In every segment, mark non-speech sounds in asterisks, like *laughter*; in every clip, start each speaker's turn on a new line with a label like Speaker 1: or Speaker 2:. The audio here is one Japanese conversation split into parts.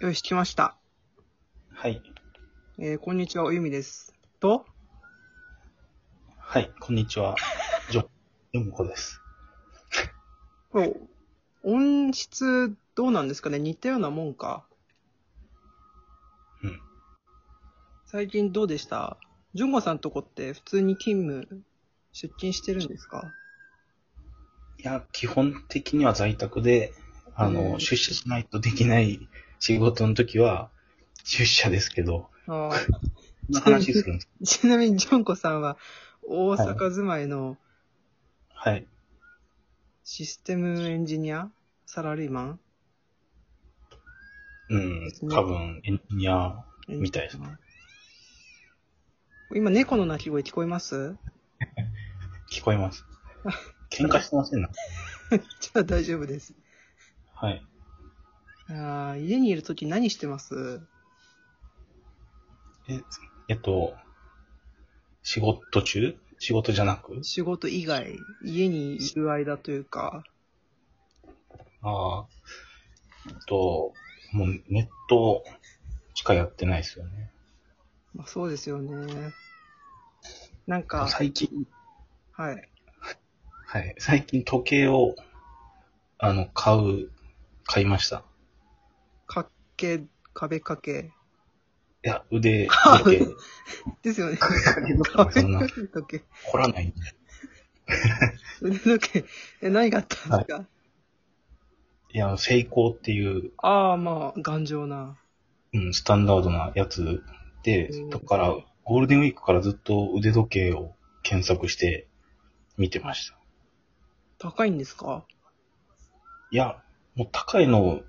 Speaker 1: よし、来ました。
Speaker 2: はい。
Speaker 1: えー、こんにちは、おゆみです。と、
Speaker 2: はい、こんにちは。ジョ、ヨムコです。
Speaker 1: これ音質どうなんですかね似たようなもんか。
Speaker 2: うん。
Speaker 1: 最近どうでしたジュンゴさんとこって普通に勤務、出勤してるんですか
Speaker 2: いや、基本的には在宅で、あの、
Speaker 1: うん
Speaker 2: 出社しないとできない仕事の時は、出社ですけど、
Speaker 1: ああ。
Speaker 2: こんな話するんです。
Speaker 1: ちなみにジョンコさんは、大阪住まいの
Speaker 2: はい。
Speaker 1: システムエンジニア、サラリーマン
Speaker 2: うん、多分、エンジニア、みたいです
Speaker 1: ね。今、猫の鳴き声聞こえます *laughs*
Speaker 2: 聞こえます。喧嘩してませんな。
Speaker 1: じゃあ大丈夫です。
Speaker 2: はい。
Speaker 1: あー家にいるとき何してます
Speaker 2: え、えっと、仕事中仕事じゃなく
Speaker 1: 仕事以外、家にいる間というか。
Speaker 2: ああ。えっと、もうネットしかやってないですよね。
Speaker 1: まあ、そうですよね。なんか、
Speaker 2: 最近、
Speaker 1: はい。
Speaker 2: はい。最近時計を、あの、買う、買いました。
Speaker 1: かけ、壁掛け。
Speaker 2: いや、腕、
Speaker 1: 買う
Speaker 2: 腕、
Speaker 1: ですよね。
Speaker 2: そんな
Speaker 1: 壁掛け。
Speaker 2: 凝らないんで。
Speaker 1: 腕時計。え、何があったんですか、
Speaker 2: いや、セイコーっていう、
Speaker 1: ああ、まあ、頑丈な。
Speaker 2: うん、スタンダードなやつで
Speaker 1: うん、
Speaker 2: だから、ゴールデンウィークからずっと腕時計を検索して見てました。
Speaker 1: 高いんですか
Speaker 2: いや、もう高いのを、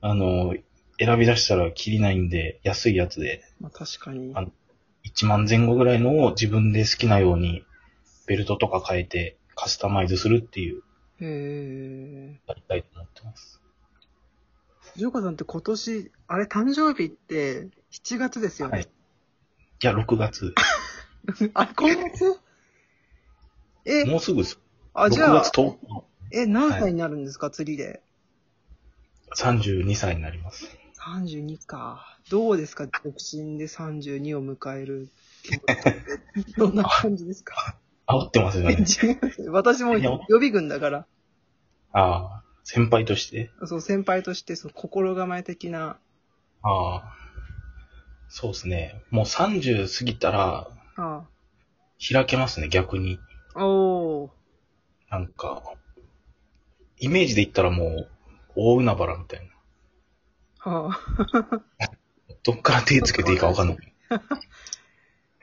Speaker 2: あの、選び出したら切りないんで、安いやつで、
Speaker 1: まあ、確かに。
Speaker 2: あ1万前後ぐらいのを自分で好きなように、ベルトとか変えてカスタマイズするっていう、
Speaker 1: ええ
Speaker 2: やりたいと思ってます。
Speaker 1: ジョーカさんって今年、あれ誕生日って7月ですよ
Speaker 2: はい。
Speaker 1: ね
Speaker 2: い。や、6月。
Speaker 1: *laughs* あれ今月え、
Speaker 2: もうすぐです。
Speaker 1: あ、
Speaker 2: 6
Speaker 1: じゃあ
Speaker 2: 月、10日、
Speaker 1: え、何歳になるんですか、釣りで。
Speaker 2: 32歳になります。
Speaker 1: 32か。どうですか独身で32を迎える。どんな感じですか
Speaker 2: 煽ってますよね。
Speaker 1: 違います私も予備軍だから、
Speaker 2: ああ、先輩として。
Speaker 1: そう、先輩として、その心構え的な、
Speaker 2: ああ。そうですね。もう30過ぎたら、
Speaker 1: あ
Speaker 2: 開けますね、逆に。
Speaker 1: あ、おー、
Speaker 2: なんか、イメージで言ったらもう、大海原みたいな。
Speaker 1: はあ。
Speaker 2: どっから手つけていいかわかんない。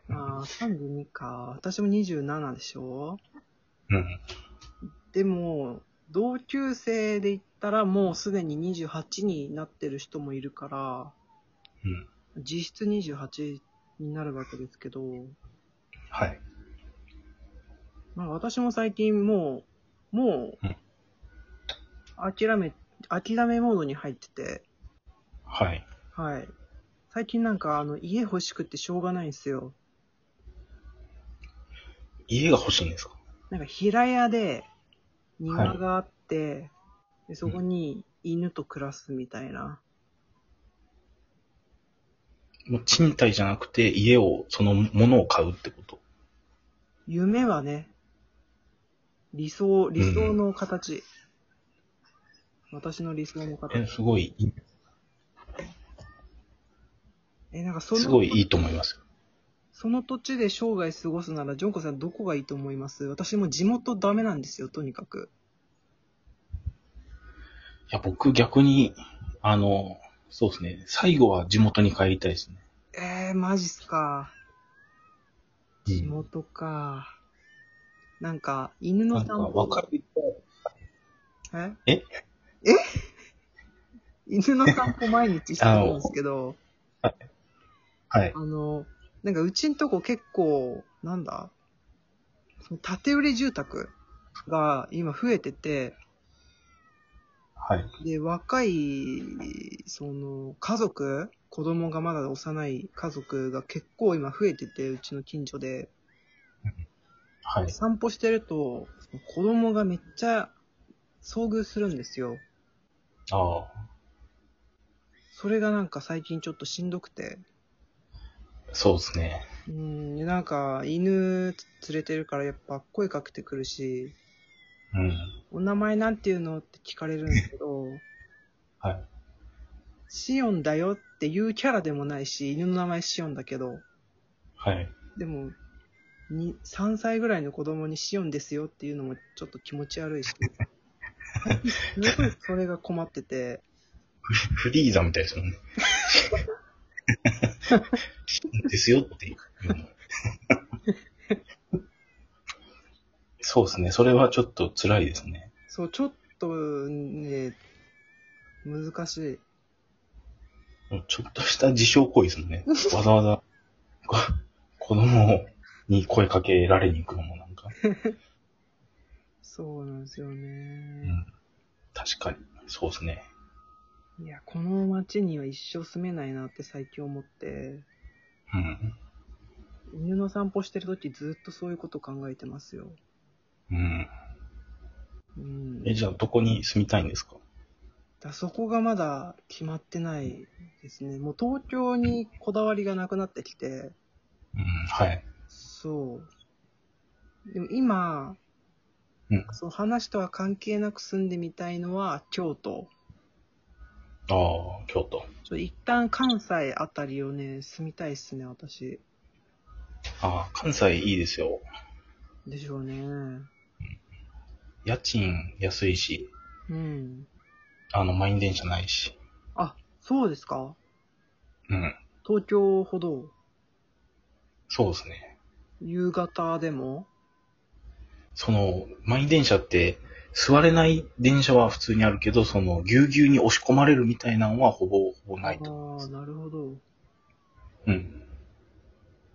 Speaker 1: ああ、32か。私も27でしょ
Speaker 2: うん。
Speaker 1: でも、同級生で言ったらもうすでに28になってる人もいるから、
Speaker 2: うん。
Speaker 1: 実質28になるわけですけど、
Speaker 2: はい。
Speaker 1: まあ私も最近もう、も
Speaker 2: うん
Speaker 1: う、諦め、諦めモードに入ってて、
Speaker 2: はい。
Speaker 1: はい。最近なんかあの家欲しくてしょうがないんですよ。
Speaker 2: 家が欲しいんですか
Speaker 1: なんか平屋で庭があって、でそこに犬と暮らすみたいな。
Speaker 2: もう賃貸じゃなくて、家を、そのものを買うってこと。
Speaker 1: 夢はね、理想、理想の形。私の理想の
Speaker 2: え、
Speaker 1: 形。
Speaker 2: すごいいい、
Speaker 1: え、なんかそ
Speaker 2: すご
Speaker 1: の、
Speaker 2: いいいと思いますよ。
Speaker 1: その土地で生涯過ごすなら、ジョンコさんどこがいいと思います私も地元ダメなんですよ、とにかく。
Speaker 2: いや、僕逆に、あの、そうですね。最後は地元に帰りたいですね。
Speaker 1: えー、マジっすか。
Speaker 2: うん
Speaker 1: 地元か。なんか、犬の
Speaker 2: なんか、
Speaker 1: 散
Speaker 2: わ
Speaker 1: 歩。
Speaker 2: かる。
Speaker 1: え
Speaker 2: え
Speaker 1: え犬の散歩毎日してるんですけど、
Speaker 2: はい。
Speaker 1: あの、なんかうちんとこ結構、なんだその縦売り住宅が今増えてて、
Speaker 2: はい。
Speaker 1: で、若い、その、家族、子供がまだ幼い家族が結構今増えてて、うちの近所で、
Speaker 2: はい。
Speaker 1: 散歩してると、その子供がめっちゃ遭遇するんですよ。
Speaker 2: ああ。
Speaker 1: それがなんか最近ちょっとしんどくて。
Speaker 2: そうですね。
Speaker 1: うん、でなんか犬連れてるからやっぱ声かけてくるし、
Speaker 2: うん。
Speaker 1: お名前なんていうのって聞かれるんですけど、
Speaker 2: *laughs* はい。
Speaker 1: シオンだよっていうキャラでもないし、犬の名前シオンだけど、
Speaker 2: はい。
Speaker 1: でも、に3歳ぐらいの子供にシオンですよっていうのもちょっと気持ち悪い
Speaker 2: *laughs*
Speaker 1: し、すごいそれが困ってて、
Speaker 2: フフリーザみたいですもんね。 *laughs* ですよっていう。 *laughs* そうですね。それはちょっと辛いですね。
Speaker 1: そう、ちょっとね、難しい。
Speaker 2: もうちょっとした自傷行為ですもんね。わざわざ、こ *laughs* 子供に声かけられに行くのもなんか、
Speaker 1: そうなんですよ
Speaker 2: う
Speaker 1: ね。
Speaker 2: ん、確かに、そうですね。
Speaker 1: いや、この街には一生住めないなって最近思って、
Speaker 2: うん。
Speaker 1: 犬の散歩してる時ずっとそういうこと考えてますよ。
Speaker 2: うん。
Speaker 1: うん。
Speaker 2: え、じゃあ、どこに住みたいんですか
Speaker 1: だそこがまだ決まってないですね。もう東京にこだわりがなくなってきて、
Speaker 2: うん、はい。
Speaker 1: そう。でも今、
Speaker 2: うん
Speaker 1: そう話とは関係なく住んでみたいのは京都。
Speaker 2: ああ、京都。
Speaker 1: ちょ一旦関西あたりをね、住みたいっすね、私。
Speaker 2: ああ、関西いいですよ。
Speaker 1: でしょうね。
Speaker 2: 家賃安いし、
Speaker 1: うん。
Speaker 2: あの、満員電車ないし。
Speaker 1: あ、そうですか
Speaker 2: うん。
Speaker 1: 東京ほど
Speaker 2: そうですね。
Speaker 1: 夕方でも
Speaker 2: その、満員電車って、座れない電車は普通にあるけど、その、ぎゅうぎゅうに押し込まれるみたいなのはほぼ、ほぼないと。
Speaker 1: ああ、なるほど。
Speaker 2: うん。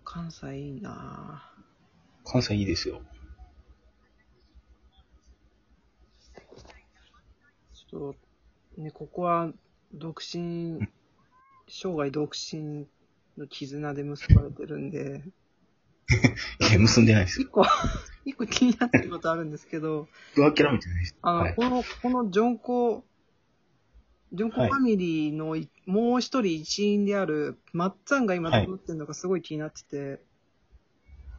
Speaker 1: 関西いいなぁ
Speaker 2: 関西いいですよ。
Speaker 1: ちょっと、ね、ここは独身、生涯独身の絆で結ばれてるんで、
Speaker 2: いや、結んでないです
Speaker 1: 一
Speaker 2: よ。
Speaker 1: 個、 *laughs* 一個気になってることあるんですけど、
Speaker 2: 僕諦めてないです。
Speaker 1: あの、
Speaker 2: はい
Speaker 1: この、このジョンコ、ジョンコファミリーのい、もう一人一員である、マッツァンが今
Speaker 2: はい
Speaker 1: どうなってるのかすごい気になってて、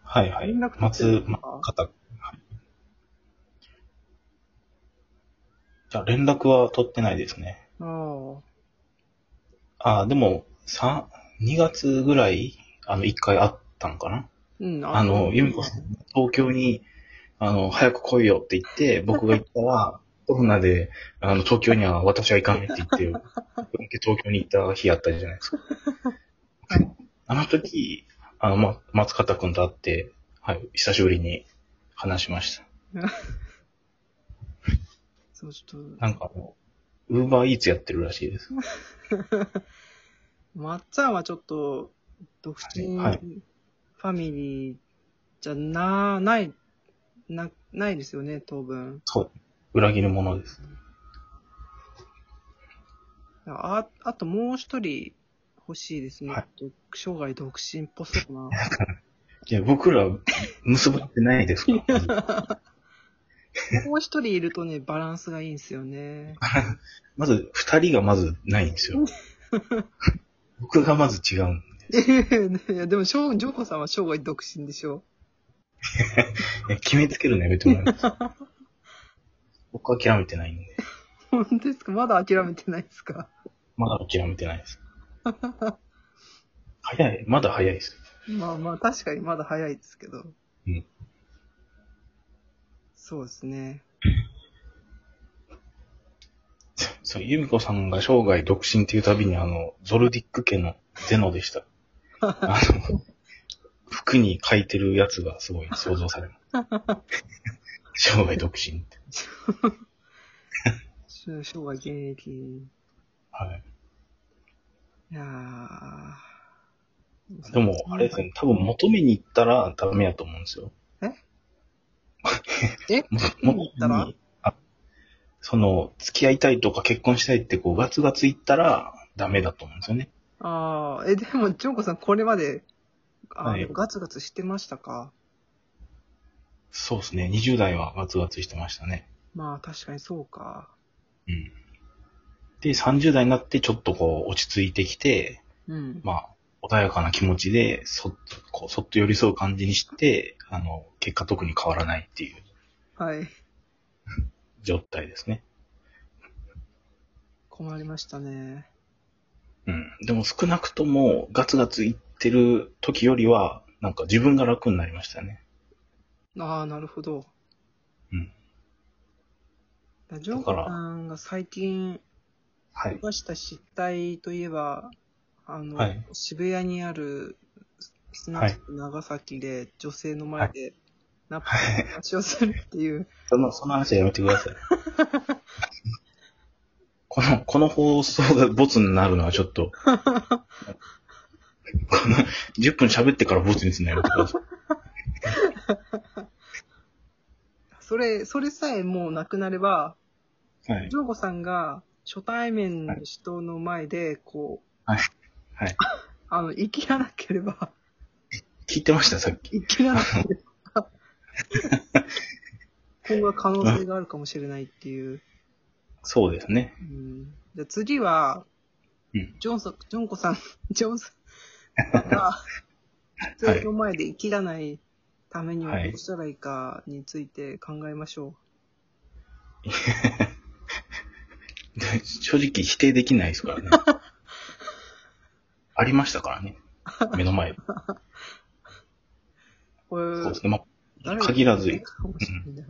Speaker 2: はいはい。
Speaker 1: 連絡取ってるの、
Speaker 2: 松ま
Speaker 1: か、
Speaker 2: 方。はいじゃあ、連絡は取ってないですね。
Speaker 1: あ
Speaker 2: ああ、でも、三2月ぐらい、あの、1回会ったんかな。
Speaker 1: あ、うん、
Speaker 2: あの、由美子さん、東京に、あの、早く来いよって言って、僕が行ったら、コロナで、あの、東京には私は行かないって言って、東京に行った日やったじゃないですか。あの時、あの、ま、松方くんと会って、はい、久しぶりに話しました。
Speaker 1: そう、ちょっと、
Speaker 2: なんかもう、ウーバーイーツやってるらしいです。
Speaker 1: まっちゃんはちょっと、独身
Speaker 2: はいはい
Speaker 1: ファミリーじゃな、ない、な、ないですよね、当分。
Speaker 2: そう。裏切るものです。
Speaker 1: あ、あともう一人欲しいですね。
Speaker 2: はい
Speaker 1: ちょっと生涯独身っぽそう
Speaker 2: *laughs*
Speaker 1: な。
Speaker 2: いや、僕ら、結ばってないですから。
Speaker 1: もう一人いるとね、バランスがいいんですよね。
Speaker 2: まず、二人がまずないんですよ。僕がまず違うんで。
Speaker 1: *laughs* いや、でも、しょう、ジョーコさんは生涯独身でしょ。
Speaker 2: いや決めつけるのやめてもらえます。僕は諦めてないんで。
Speaker 1: 本当ですかまだ諦めてないですか *laughs*
Speaker 2: まだ諦めてないです。早い、まだ早いです。
Speaker 1: まあまあ、確かにまだ早いですけど。
Speaker 2: うん
Speaker 1: そうですね。
Speaker 2: そう、由美子さんが生涯独身っていうたびに、あの、ゾルディック家のゼノでした。あ
Speaker 1: *laughs*
Speaker 2: の、服に書いてるやつがすごい想像され
Speaker 1: *laughs*
Speaker 2: ます。生涯独身って。
Speaker 1: し生涯現役。い
Speaker 2: はい。
Speaker 1: やー
Speaker 2: でも、あれですね、多分求めに行ったらダメやと思うんですよ。 *laughs*
Speaker 1: え
Speaker 2: も、
Speaker 1: も
Speaker 2: も
Speaker 1: っと言ったら
Speaker 2: あその、付き合いたいとか結婚したいって、こう、ガツガツ言ったら、ダメだと思うんですよね。
Speaker 1: ああ、え、でも、ジョンコさん、これまで、あ
Speaker 2: はい
Speaker 1: のガツガツしてましたか
Speaker 2: そうですね。20代はガツガツしてましたね。
Speaker 1: まあ、確かにそうか。
Speaker 2: うん。で、30代になってちょっとこう落ち着いてきて、
Speaker 1: うん。
Speaker 2: まあ、穏やかな気持ちで、そっと、こう、そっと寄り添う感じにして、あの、結果特に変わらないっていう
Speaker 1: はい。
Speaker 2: 状態ですね。
Speaker 1: 困りましたね。
Speaker 2: うん。でも少なくとも、ガツガツいってる時よりは、なんか自分が楽になりましたね。
Speaker 1: ああ、なるほど。
Speaker 2: うん。
Speaker 1: ジョー
Speaker 2: だから
Speaker 1: カさんが最近、
Speaker 2: はい。
Speaker 1: 出した失態といえば、あの、
Speaker 2: はい
Speaker 1: 渋谷にある、スナック長崎で女性の前で、ナパ
Speaker 2: はい。
Speaker 1: の話をするっていう、
Speaker 2: その、その話はやめてください。 *laughs* この、この放送がボツになるのはちょっと、 *laughs* この、10分喋ってからボツにするのやめてください。
Speaker 1: それ、それさえもうなくなれば、
Speaker 2: はい。
Speaker 1: ジョーゴさんが初対面の人の前で、こう、
Speaker 2: はいはい
Speaker 1: あの、生きらなければ、
Speaker 2: 聞いてました、さっき。
Speaker 1: 生きらなければ、
Speaker 2: *laughs*
Speaker 1: 今後は可能性があるかもしれないっていう。
Speaker 2: そうですね。
Speaker 1: うん、じゃあ次は、
Speaker 2: うん
Speaker 1: ジョンソン、ジョンコさん、ジョンソンが、
Speaker 2: はい
Speaker 1: 東京前で生きらないためには
Speaker 2: はい
Speaker 1: どうしたらいいかについて考えましょ
Speaker 2: で正直否定できないですからね。ありましたからね。目の前。
Speaker 1: う。これ
Speaker 2: そうですね。ま
Speaker 1: 誰が
Speaker 2: 限らず
Speaker 1: いいかもしれないな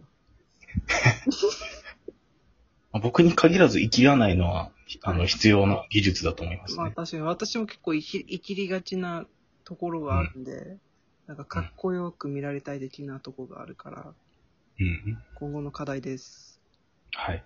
Speaker 2: あ、僕に限らず生きらないのは、あの、必要な技術だと思います
Speaker 1: まあ
Speaker 2: ね。
Speaker 1: 確かに、私も結構生き生きりがちなところがあるんで、なんかかっこよく見られたい的なところがあるから、
Speaker 2: うん。
Speaker 1: 今後の課題です。
Speaker 2: はい。